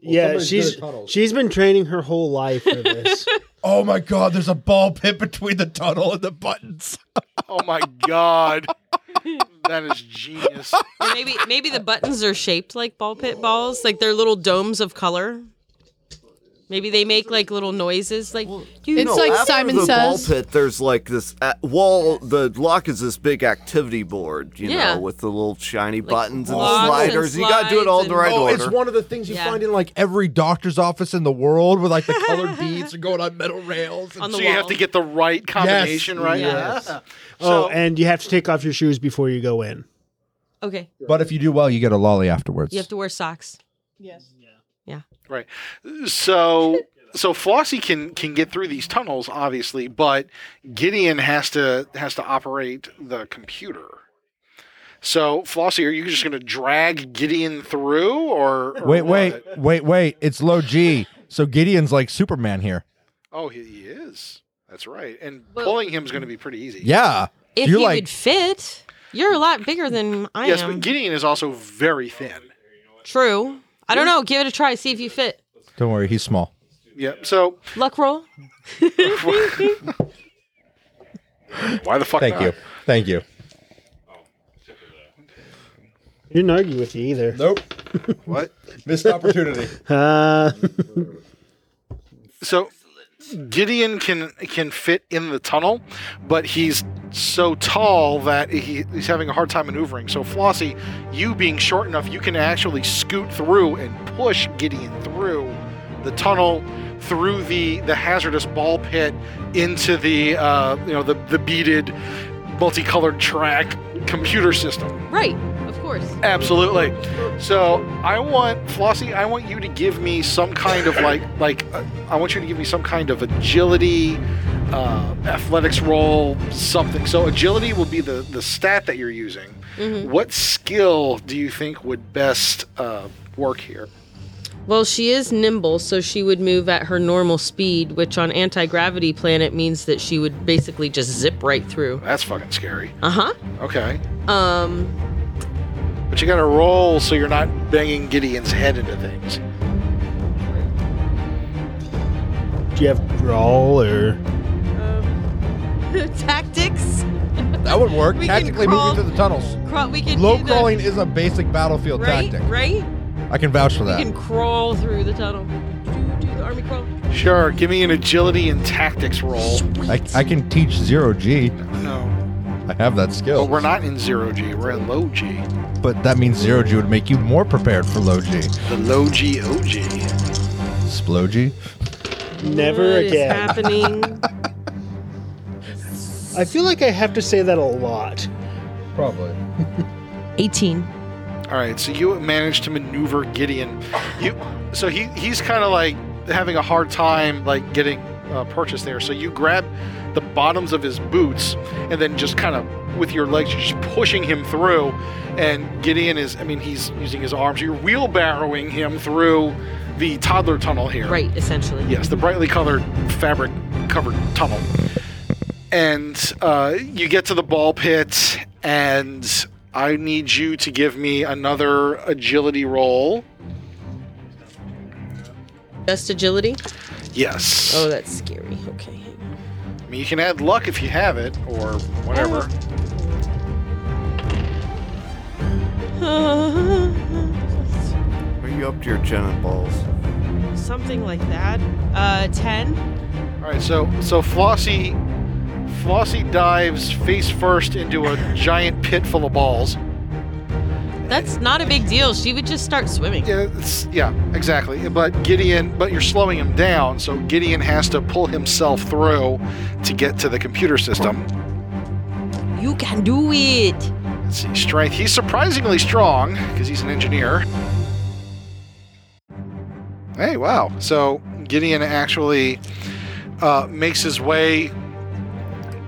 Speaker 7: yeah,
Speaker 5: somebody's good
Speaker 7: she's
Speaker 5: at tunnels.
Speaker 7: she's been training her whole life for this.
Speaker 5: Oh my god, there's a ball pit between the tunnel and the buttons.
Speaker 1: Oh my god. That is genius.
Speaker 3: Or maybe, maybe the buttons are shaped like ball pit balls, like they're little domes of color. Maybe they make like little noises, like you
Speaker 10: It's
Speaker 3: know,
Speaker 10: like
Speaker 8: after
Speaker 10: Simon
Speaker 8: the
Speaker 10: Says.
Speaker 8: ball pit, there's like this uh, wall. The lock is this big activity board, you
Speaker 3: Yeah.
Speaker 8: know, with the little shiny buttons and
Speaker 3: locks and
Speaker 8: sliders. you got to do it all in the
Speaker 3: slides
Speaker 8: right
Speaker 3: and-
Speaker 5: Oh,
Speaker 8: order.
Speaker 5: it's one of the things you
Speaker 3: Yeah.
Speaker 5: find in like every doctor's office in the world with like the colored beads and going on metal rails. And
Speaker 3: on the
Speaker 1: So
Speaker 3: wall.
Speaker 1: you have to get the right combination right.
Speaker 3: Yes.
Speaker 1: Yeah.
Speaker 7: oh,
Speaker 1: So
Speaker 7: and you have to take off your shoes before you go in.
Speaker 3: okay,
Speaker 5: But if you do well, you get a lolly afterwards.
Speaker 3: you have to wear socks.
Speaker 9: Yes.
Speaker 3: Yeah.
Speaker 1: Right. So so Flossie can can get through these tunnels obviously, but Gideon has to has to operate the computer. So Flossie, are you just going to drag Gideon through or, or
Speaker 5: Wait,
Speaker 1: what?
Speaker 5: wait, wait, wait. It's low G. So Gideon's like Superman here.
Speaker 1: Oh, he, he is. That's right. And pulling him is going to be pretty easy.
Speaker 5: Yeah.
Speaker 3: If
Speaker 5: You're
Speaker 3: he
Speaker 5: like-
Speaker 3: would fit, you're a lot bigger than I
Speaker 1: yes,
Speaker 3: am.
Speaker 1: but Gideon is also very thin.
Speaker 3: True. I don't know. Give it a try. See if you fit.
Speaker 5: Don't worry, he's small.
Speaker 1: Yeah. So
Speaker 3: Luck roll.
Speaker 1: why the fuck?
Speaker 5: Thank
Speaker 1: not?
Speaker 5: you. Thank you.
Speaker 7: I didn't argue with you either.
Speaker 5: Nope.
Speaker 1: What?
Speaker 5: Missed opportunity.
Speaker 7: Uh,
Speaker 1: So Gideon can can fit in the tunnel, but he's so tall that he, he's having a hard time maneuvering. So Flossie, you being short enough, you can actually scoot through and push Gideon through the tunnel, through the the hazardous ball pit, into the uh, you know the the beaded, multicolored track computer system.
Speaker 3: Right. Of course.
Speaker 1: Absolutely. So I want Flossie. I want you to give me some kind of like like uh, I want you to give me some kind of agility, uh, athletics roll, something. So agility will be the the stat that you're using.
Speaker 3: Mm-hmm.
Speaker 1: What skill do you think would best uh, work here?
Speaker 3: Well, she is nimble, so she would move at her normal speed, which on anti gravity planet means that she would basically just zip right through.
Speaker 1: That's fucking scary.
Speaker 3: Uh huh.
Speaker 1: Okay,
Speaker 3: Um,
Speaker 1: but you got to roll so you're not banging Gideon's head into things.
Speaker 7: do you have brawl or?
Speaker 3: tactics.
Speaker 5: That would work.
Speaker 3: We can
Speaker 5: Tactically
Speaker 3: crawl-
Speaker 5: moving through the tunnels.
Speaker 3: Crawl, we can
Speaker 5: Low
Speaker 3: do the-
Speaker 5: crawling is a basic battlefield
Speaker 3: right,
Speaker 5: tactic.
Speaker 3: right.
Speaker 5: I can vouch for
Speaker 3: We
Speaker 5: that.
Speaker 3: can crawl through the tunnel. Do, do the army crawl.
Speaker 1: Sure, give me an agility and tactics roll.
Speaker 5: I, I can teach zero G.
Speaker 1: No,
Speaker 5: I have that
Speaker 1: but
Speaker 5: skill.
Speaker 1: we're not in zero G. We're in low G.
Speaker 5: But that means zero G would make you more prepared for low G.
Speaker 1: The low G OG.
Speaker 5: Splow G?
Speaker 7: Never
Speaker 3: What is
Speaker 7: again.
Speaker 3: happening?
Speaker 7: I feel like I have to say that a lot.
Speaker 5: Probably.
Speaker 3: 18.
Speaker 1: All right, so you managed to maneuver Gideon. You, so he he's kind of like having a hard time like getting uh, purchased there. So you grab the bottoms of his boots and then just kind of with your legs you're just pushing him through. And Gideon is, I mean, he's using his arms. You're wheelbarrowing him through the toddler tunnel here.
Speaker 3: Right, essentially.
Speaker 1: Yes, the brightly colored fabric covered tunnel. And uh, you get to the ball pit, and I need you to give me another agility roll.
Speaker 3: Just agility.
Speaker 1: Yes.
Speaker 3: Oh, that's scary. Okay.
Speaker 1: I mean, you can add luck if you have it, or whatever.
Speaker 8: Are you up to your genitals?
Speaker 3: Something like that. Uh, 10.
Speaker 1: All right, so so Flossie, Flossie dives face first into a giant pit full of balls.
Speaker 3: That's not a big deal. She would just start swimming.
Speaker 1: Yeah, it's, yeah, exactly. But Gideon, but you're slowing him down, so Gideon has to pull himself through to get to the computer system.
Speaker 3: You can do it.
Speaker 1: Let's see, strength. He's surprisingly strong because he's an engineer. Hey, wow. So Gideon actually uh, makes his way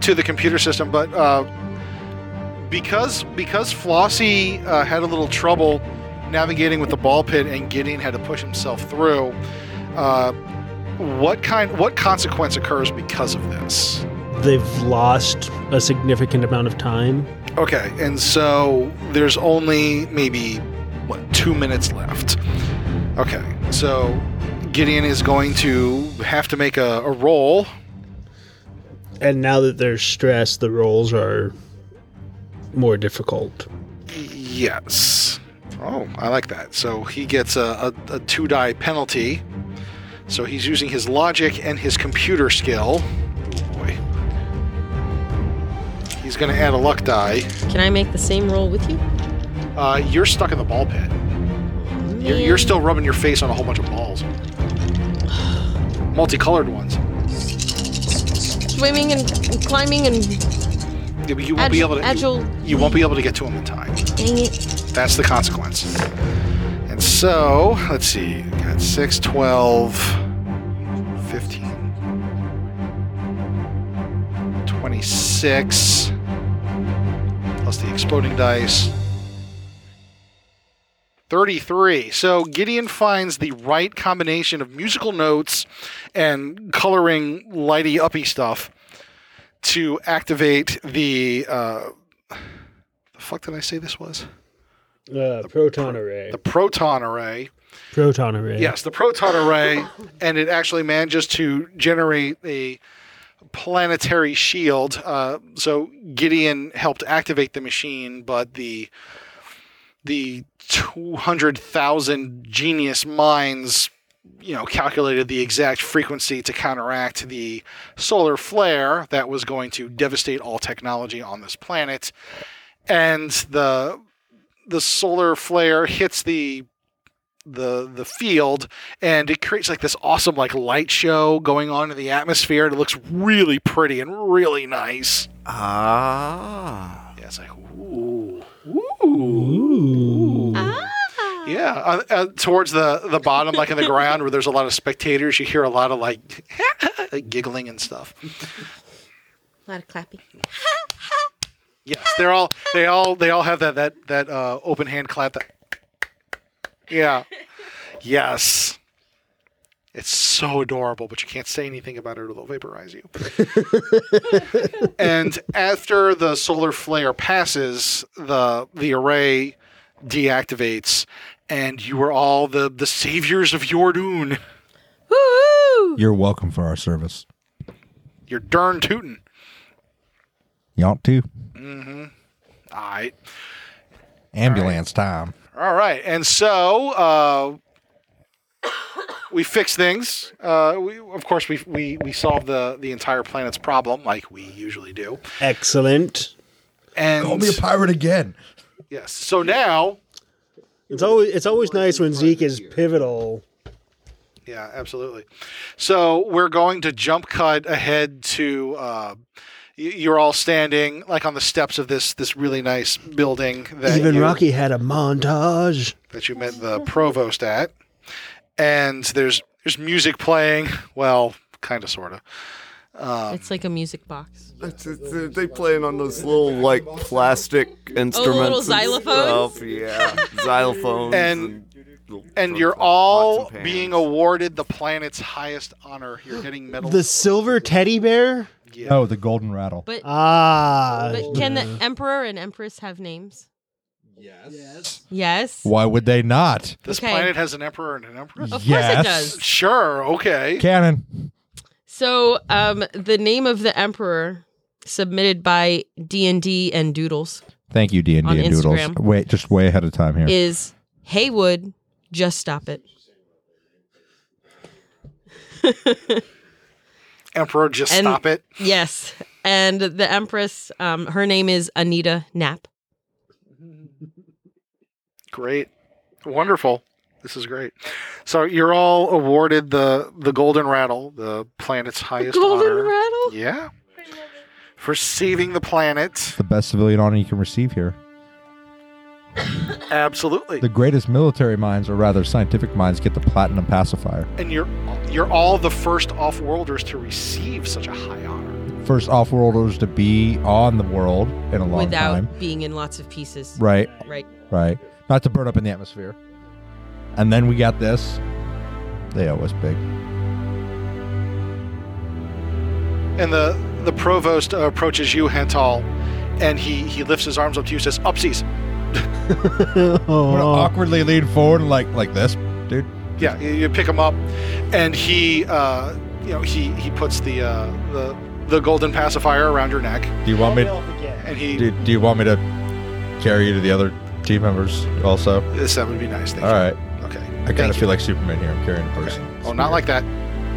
Speaker 1: to the computer system, but uh, because because Flossie uh, had a little trouble navigating with the ball pit, and Gideon had to push himself through. Uh, what kind? What consequence occurs because of this?
Speaker 7: They've lost a significant amount of time.
Speaker 1: Okay, and so there's only maybe what two minutes left. Okay, so Gideon is going to have to make a, a roll.
Speaker 7: And now that they're stressed, the roles are more difficult.
Speaker 1: Yes. Oh, I like that. So he gets a, a, a two die penalty. So he's using his logic and his computer skill. Oh boy. He's going to add a luck die.
Speaker 3: Can I make the same roll with you?
Speaker 1: Uh, you're stuck in the ball pit. You're, you're still rubbing your face on a whole bunch of balls. Multicolored ones.
Speaker 3: Swimming and and climbing and
Speaker 1: Yeah, but you won't be
Speaker 3: Agile-
Speaker 1: able to. you-
Speaker 3: agile-
Speaker 1: You, won't be able to get to them in time.
Speaker 3: dang it.
Speaker 1: That's the consequence. And so, let's see. Got 6, 12, 15, 26, plus the exploding dice. 33. So Gideon finds the right combination of musical notes and coloring lighty uppy stuff to activate the. Uh, the fuck did I say this was?
Speaker 7: Uh, proton array.
Speaker 1: The proton array.
Speaker 7: Proton array.
Speaker 1: Yes, the proton array, and it actually manages to generate a planetary shield. Uh, so Gideon helped activate the machine, but the the two hundred thousand genius minds, you know, calculated the exact frequency to counteract the solar flare that was going to devastate all technology on this planet, and the the solar flare hits the the the field and it creates like this awesome like light show going on in the atmosphere and it looks really pretty and really nice.
Speaker 8: Ah.
Speaker 1: Yeah, it's like ooh. Ooh.
Speaker 3: Ah.
Speaker 1: Yeah, uh, uh, towards the the bottom like in the ground where there's a lot of spectators, you hear a lot of like giggling and stuff.
Speaker 3: A lot of clapping.
Speaker 1: Yes, they're all they all they all have that that that uh, open hand clap. That yeah, yes, it's so adorable, but you can't say anything about it; or they'll vaporize you. and after the solar flare passes, the the array deactivates, and you are all the the saviors of Yordoon.
Speaker 3: Woo!
Speaker 5: You're welcome for our service.
Speaker 1: You're darn tootin'.
Speaker 5: You ought to.
Speaker 1: Mm-hmm. All right.
Speaker 5: Ambulance time.
Speaker 1: All right, and so uh, we fix things. Uh, we, of course, we we we solve the the entire planet's problem, like we usually do.
Speaker 7: Excellent.
Speaker 1: And
Speaker 5: Call me a pirate again.
Speaker 1: Yes. So now,
Speaker 7: It's always it's always nice when Zeke is pivotal.
Speaker 1: yeah, absolutely. So we're going to jump cut ahead to. Uh, y- you're all standing like on the steps of this this really nice building. That
Speaker 7: Even
Speaker 1: you-
Speaker 7: Rocky had a montage.
Speaker 1: that you met the provost at, and there's there's music playing. Well, kind of, sort of. Um,
Speaker 3: It's like a music box.
Speaker 8: It's- it's- Are they playing on those little like plastic instruments? and
Speaker 3: xylophones?
Speaker 8: stuff? Yeah, xylophones.
Speaker 1: and
Speaker 8: little
Speaker 1: and you're all being awarded the planet's highest honor. You're getting medal.
Speaker 7: The silver teddy bear?
Speaker 5: Oh, the golden rattle.
Speaker 3: But
Speaker 7: Ah.
Speaker 3: but can the emperor and empress have names? Yes. Yes.
Speaker 5: Why would they not?
Speaker 1: this
Speaker 3: okay.
Speaker 1: planet has an emperor and an empress.
Speaker 3: Of course
Speaker 5: Yes.
Speaker 3: it does.
Speaker 1: Sure. Okay.
Speaker 5: Cannon.
Speaker 3: So um, the name of the emperor submitted by D and D and Doodles
Speaker 5: Thank you, D and
Speaker 3: On
Speaker 5: D and Doodles.
Speaker 3: Instagram.
Speaker 5: Wait, just way ahead of time here.
Speaker 3: is Haywood. Just stop it.
Speaker 1: Emperor, just
Speaker 3: And-
Speaker 1: stop it.
Speaker 3: Yes. And the empress, um, her name is Anita Knapp.
Speaker 1: Great. Wonderful. This is great. So you're all awarded the the golden rattle, the planet's highest
Speaker 3: Golden
Speaker 1: honor.
Speaker 3: rattle.
Speaker 1: Yeah. For saving the planet.
Speaker 5: the best civilian honor you can receive here.
Speaker 1: Absolutely.
Speaker 5: The greatest military minds, or rather scientific minds, get the platinum pacifier.
Speaker 1: and you're you're all the first off-worlders to receive such a high honor.
Speaker 5: First off-worlders to be on the world in a long
Speaker 3: Without
Speaker 5: time.
Speaker 3: being in lots of pieces.
Speaker 5: Right,
Speaker 3: Right.
Speaker 5: right. Not to burn up in the atmosphere. And then we got this. They owe us big.
Speaker 1: And the the provost uh, approaches you, Hental, and he he lifts his arms up to you, says, "Upsies."
Speaker 5: I'm gonna
Speaker 7: oh.
Speaker 5: awkwardly lean forward and like like this, dude.
Speaker 1: Yeah, you, you pick him up, and he uh, you know he he puts the uh, the the golden pacifier around your neck,
Speaker 5: Do you want me?
Speaker 1: and he
Speaker 5: Do, do you want me to carry you to the other team members also?
Speaker 1: this that would be nice. Thank
Speaker 5: All right.
Speaker 1: you. Okay.
Speaker 5: I kind of feel like Superman here. I'm carrying a person.
Speaker 1: Oh, not like that.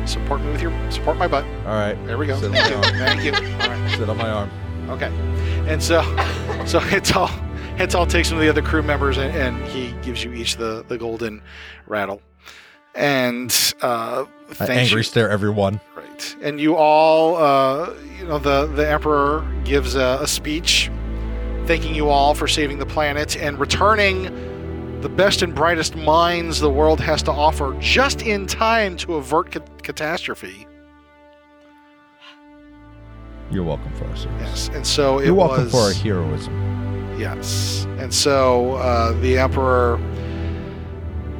Speaker 1: Support me with your support my butt.
Speaker 5: All right.
Speaker 1: There we go.
Speaker 5: Sit on
Speaker 1: Thank
Speaker 5: my
Speaker 1: you.
Speaker 5: arm.
Speaker 1: Thank you. All right.
Speaker 5: Sit on my arm.
Speaker 1: Okay. And so, so Hental, Hental takes one of the other crew members and, and he gives you each the, the golden rattle. And uh,
Speaker 5: I
Speaker 1: thank
Speaker 5: angry
Speaker 1: you.
Speaker 5: stare everyone.
Speaker 1: Right. And you all, uh, you know, the, the Emperor gives a, a speech thanking you all for saving the planet and returning the best and brightest minds the world has to offer just in time to avert ca- catastrophe.
Speaker 5: You're welcome for us.
Speaker 1: Yes, and so it
Speaker 5: You're welcome
Speaker 1: was.
Speaker 5: for our heroism.
Speaker 1: Yes. And so uh, the emperor,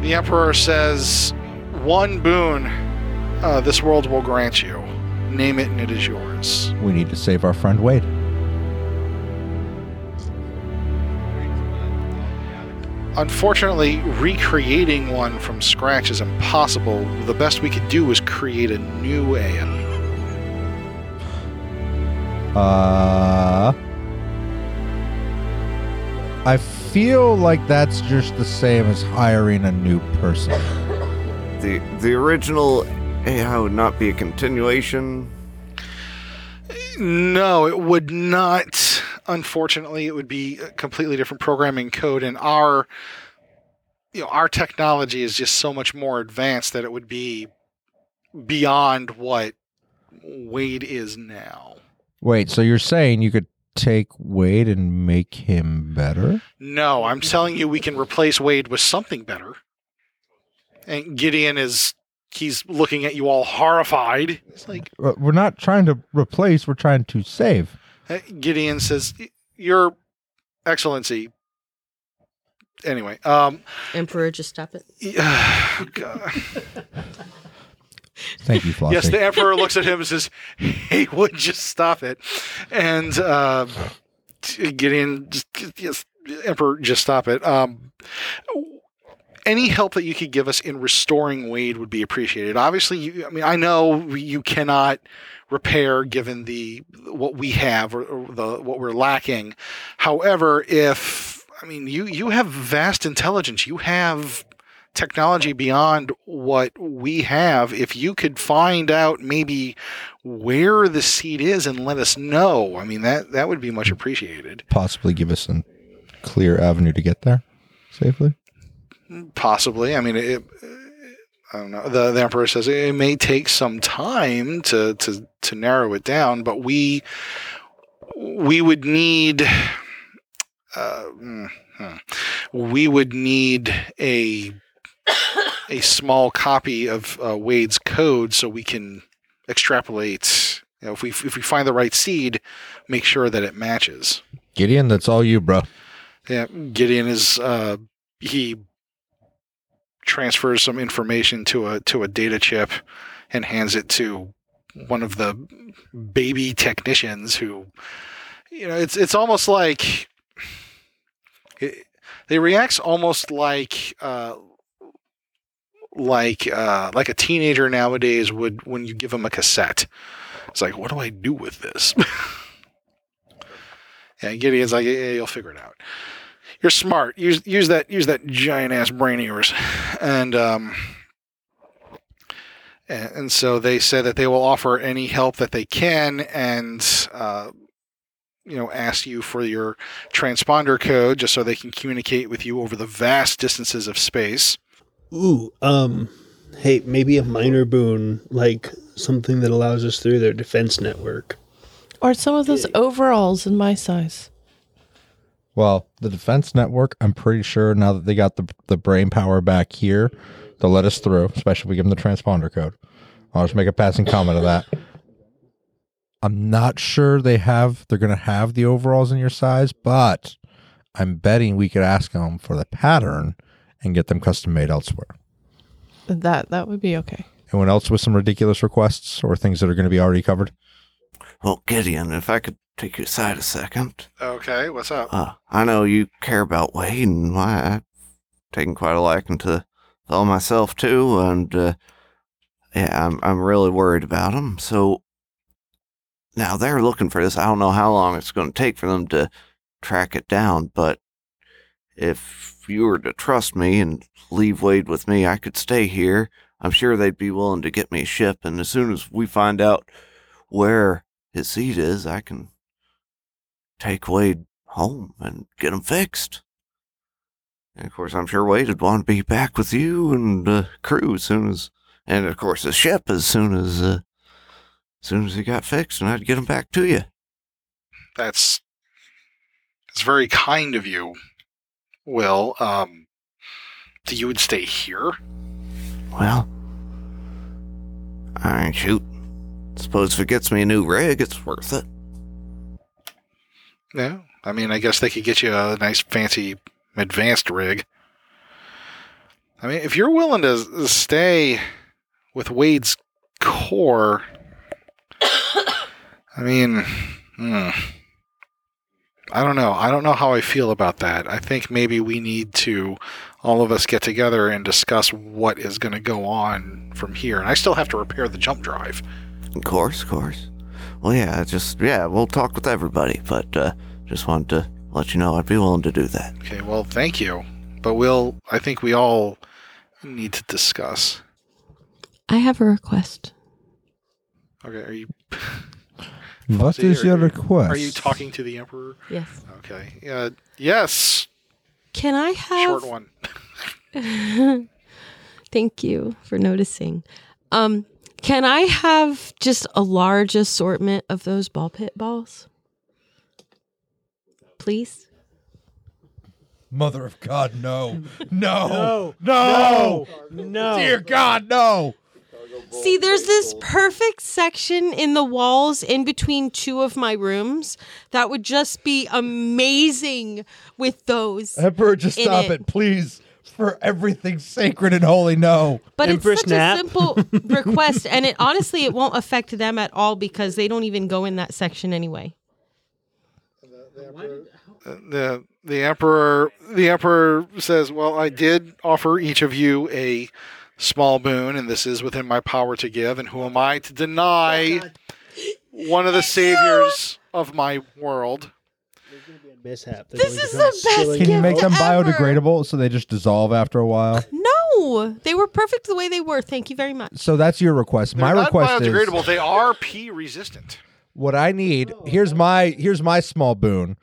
Speaker 1: the emperor says, "One boon, uh, this world will grant you. Name it, and it is yours."
Speaker 5: We need to save our friend Wade.
Speaker 1: Unfortunately, recreating one from scratch is impossible. The best we could do was create a new Aeon.
Speaker 5: Uh, I feel like that's just the same as hiring a new person.
Speaker 8: The the original AI would not be a continuation.
Speaker 1: No, it would not. Unfortunately, it would be a completely different programming code, and our, you know, our technology is just so much more advanced that it would be beyond what Wade is now.
Speaker 5: Wait, so you're saying you could take Wade and make him better?
Speaker 1: No, I'm telling you, we can replace Wade with something better. And Gideon is. He's looking at you all horrified. It's like
Speaker 5: Uh, We're not trying to replace, we're trying to save.
Speaker 1: Uh, Gideon says, "Y- "Your Excellency." Anyway, um,
Speaker 3: Emperor, just stop it.
Speaker 1: y- God.
Speaker 5: Thank you, Flossie.
Speaker 1: yes, the Emperor looks at him and says, "Hey, would just stop it?" And uh, t- Gideon, just, yes, Emperor, just stop it. Um, any help that you could give us in restoring Wade would be appreciated. Obviously, you, I mean, I know you cannot repair given the what we have or, or the what we're lacking. However, if I mean you you have vast intelligence, you have technology beyond what we have. If you could find out maybe where the seed is and let us know, I mean that that would be much appreciated.
Speaker 5: Possibly give us a clear avenue to get there safely.
Speaker 1: Possibly. I mean, it, I don't know. The, the emperor says it may take some time to, to to narrow it down, but we we would need uh, mm, hmm. we would need a a small copy of uh, Wade's code so we can extrapolate. You know, if we if we find the right seed, make sure that it matches.
Speaker 5: Gideon, that's all you, bro.
Speaker 1: Yeah, Gideon is uh, he transfers some information to a to a data chip and hands it to one of the baby technicians who you know it's it's almost like it, they reacts almost like uh, like uh, like a teenager nowadays would when you give them a cassette. It's like, what do I do with this? and Gideon's like, yeah, you'll figure it out you're smart. Use use that use that giant ass brain of yours, and um, and, and so they said that they will offer any help that they can, and uh, you know, ask you for your transponder code just so they can communicate with you over the vast distances of space.
Speaker 7: Ooh, um, hey, maybe a minor boon, like something that allows us through their defense network.
Speaker 10: Are some of those overalls in my size?
Speaker 5: Well, the defense network, I'm pretty sure now that they got the the brain power back here, they'll let us through, especially if we give them the transponder code. I'll just make a passing comment of that. I'm not sure they have they're gonna have the overalls in your size, but I'm betting we could ask them for the pattern and get them custom made elsewhere.
Speaker 10: That that would be okay.
Speaker 5: Anyone else with some ridiculous requests or things that are gonna be already covered?
Speaker 8: Well, Gideon, if I could take you aside a second.
Speaker 1: Okay, what's up?
Speaker 8: Uh, I know you care about Wade, and I, I've taken quite a liking to all myself too, and uh, yeah, I'm I'm really worried about him. So now they're looking for this. I don't know how long it's going to take for them to track it down, but if you were to trust me and leave Wade with me, I could stay here. I'm sure they'd be willing to get me a ship, and as soon as we find out where his seat is, I can take Wade home and get him fixed. And of course, I'm sure Wade would want to be back with you and uh, crew as soon as, and of course, the ship as soon as, uh, as soon as he got fixed, and I'd get him back to you.
Speaker 1: That's it's very kind of you. will, um, so you would stay here.
Speaker 8: Well, all right, shoot. Suppose if it gets me a new rig, it's worth it.
Speaker 1: Yeah. I mean, I guess they could get you a nice, fancy, advanced rig. I mean, if you're willing to s- stay with Wade's core, I mean, hmm. I don't know. I don't know how I feel about that. I think maybe we need to all of us get together and discuss what is going to go on from here. And I still have to repair the jump drive.
Speaker 8: Of course, of course. Well, yeah, just, yeah, we'll talk with everybody, but uh, just wanted to let you know I'd be willing to do that.
Speaker 1: Okay, well, thank you. But we'll, I think we all need to discuss.
Speaker 3: I have a request.
Speaker 1: Okay, are you.
Speaker 5: What
Speaker 1: Fonzie,
Speaker 5: is
Speaker 1: are
Speaker 5: your
Speaker 1: you-
Speaker 5: request?
Speaker 1: Are you talking to the Emperor?
Speaker 3: Yes.
Speaker 1: Okay. Uh, yes.
Speaker 3: Can I have
Speaker 1: Short one.
Speaker 3: Thank you for noticing. Um, can I have just a large assortment of those ball pit balls? Please?
Speaker 5: Mother of God, no.
Speaker 3: No.
Speaker 5: No. No.
Speaker 3: No.
Speaker 5: Dear God, no.
Speaker 3: See, there's this perfect section in the walls in between two of my rooms that would just be amazing with those.
Speaker 5: Emperor, just
Speaker 3: in
Speaker 5: stop it. please. For everything sacred and holy, no.
Speaker 3: But it's such a simple request, and it honestly it won't affect them at all because they don't even go in that section anyway.
Speaker 1: the the emperor the emperor says, "Well, I did offer each of you a small boon, and this is within my power to give. And who am I to deny one of the saviors of my world?"
Speaker 7: Mishap.
Speaker 3: This is the best
Speaker 5: Can you
Speaker 3: gift
Speaker 5: make them
Speaker 3: ever.
Speaker 5: biodegradable so they just dissolve after a while?
Speaker 3: No, they were perfect the way they were. Thank you very much.
Speaker 5: So that's your request.
Speaker 1: They're
Speaker 5: my
Speaker 1: not
Speaker 5: request is
Speaker 1: biodegradable. They are pee resistant.
Speaker 5: what I need. Here's my here's my small boon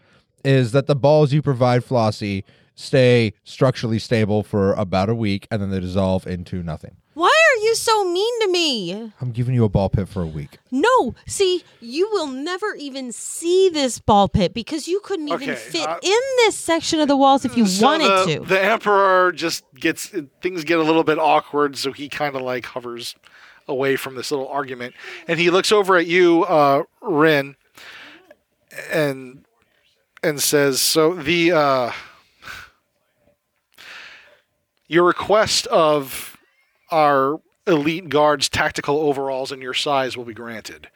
Speaker 5: is that the balls you provide Flossie stay structurally stable for about a week and then they dissolve into nothing.
Speaker 3: Why are you so mean to me?
Speaker 5: I'm giving you a ball pit for a week.
Speaker 3: No, see, you will never even see this ball pit because you couldn't even
Speaker 1: Okay, uh,
Speaker 3: fit in this section of the walls if you
Speaker 1: So
Speaker 3: wanted
Speaker 1: the,
Speaker 3: to.
Speaker 1: The emperor just gets things get a little bit awkward, so he kind of like hovers away from this little argument, and he looks over at you, uh, Rin, and and says, "So the uh, your request of our elite guards' tactical overalls and your size will be granted.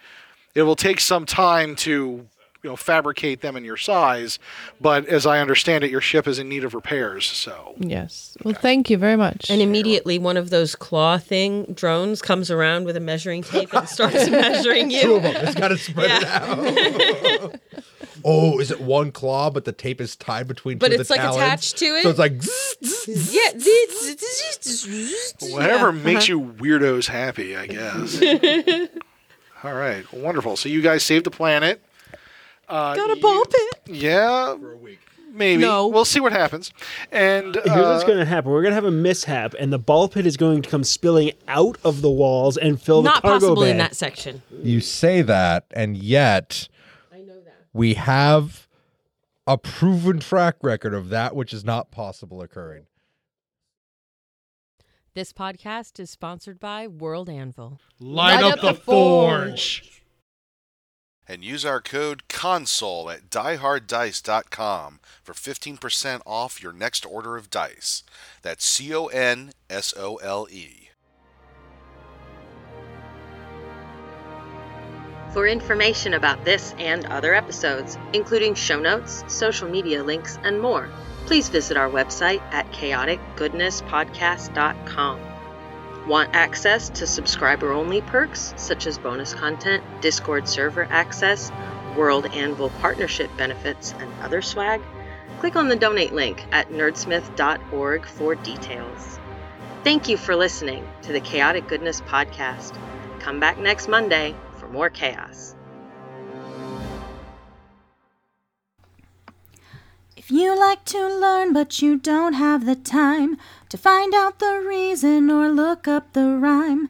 Speaker 1: It will take some time to." You know, fabricate them in your size, but as I understand it, your ship is in need of repairs. So
Speaker 10: Yes. Well, thank you very much.
Speaker 3: And immediately one of those claw thing drones comes around with a measuring tape and starts measuring you.
Speaker 5: Two of them. It's got to spread it out. oh, is it one claw, but the tape is tied between
Speaker 3: But
Speaker 5: two of the
Speaker 3: it's, like,
Speaker 5: talons?
Speaker 3: attached to it?
Speaker 5: So it's like,
Speaker 3: yeah.
Speaker 1: whatever makes you weirdos happy, I guess. All right, wonderful. So you guys saved the planet. Uh,
Speaker 3: Got a ball pit.
Speaker 1: Yeah, maybe.
Speaker 7: No.
Speaker 1: We'll see what happens. And uh,
Speaker 7: Here's what's going to happen. We're going to have a mishap, and the ball pit is going to come spilling out of the walls and fill
Speaker 3: Not
Speaker 7: the cargo
Speaker 3: possible in
Speaker 7: bay.
Speaker 3: that section.
Speaker 5: you say that, and yet we have a proven track record of that which is not possible occurring.
Speaker 3: This podcast is sponsored by World Anvil.
Speaker 11: Light up the
Speaker 3: forge.
Speaker 11: and use our code CONSOLE at dieharddice.com for 15% off your next order of dice. That's C O N S O L E.
Speaker 2: For information about this and other episodes, including show notes, social media links, and more, please visit our website at chaoticgoodnesspodcast.com. Want access to subscriber only perks such as bonus content, Discord server access, World Anvil partnership benefits, and other swag? Click on the donate link at nerdsmith.org for details. Thank you for listening to the Chaotic Goodness Podcast. Come back next Monday for more chaos.
Speaker 4: If you like to learn but you don't have the time to find out the reason or look up the rhyme,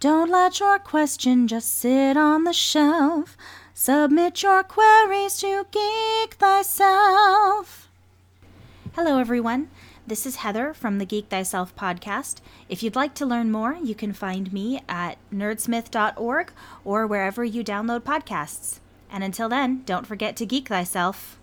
Speaker 4: don't let your question just sit on the shelf. Submit your queries to Geek Thyself.
Speaker 10: Hello, everyone. This is Heather from the Geek Thyself podcast. If you'd like to learn more, you can find me at nerdsmith.org or wherever you download podcasts. And until then, don't forget to geek thyself.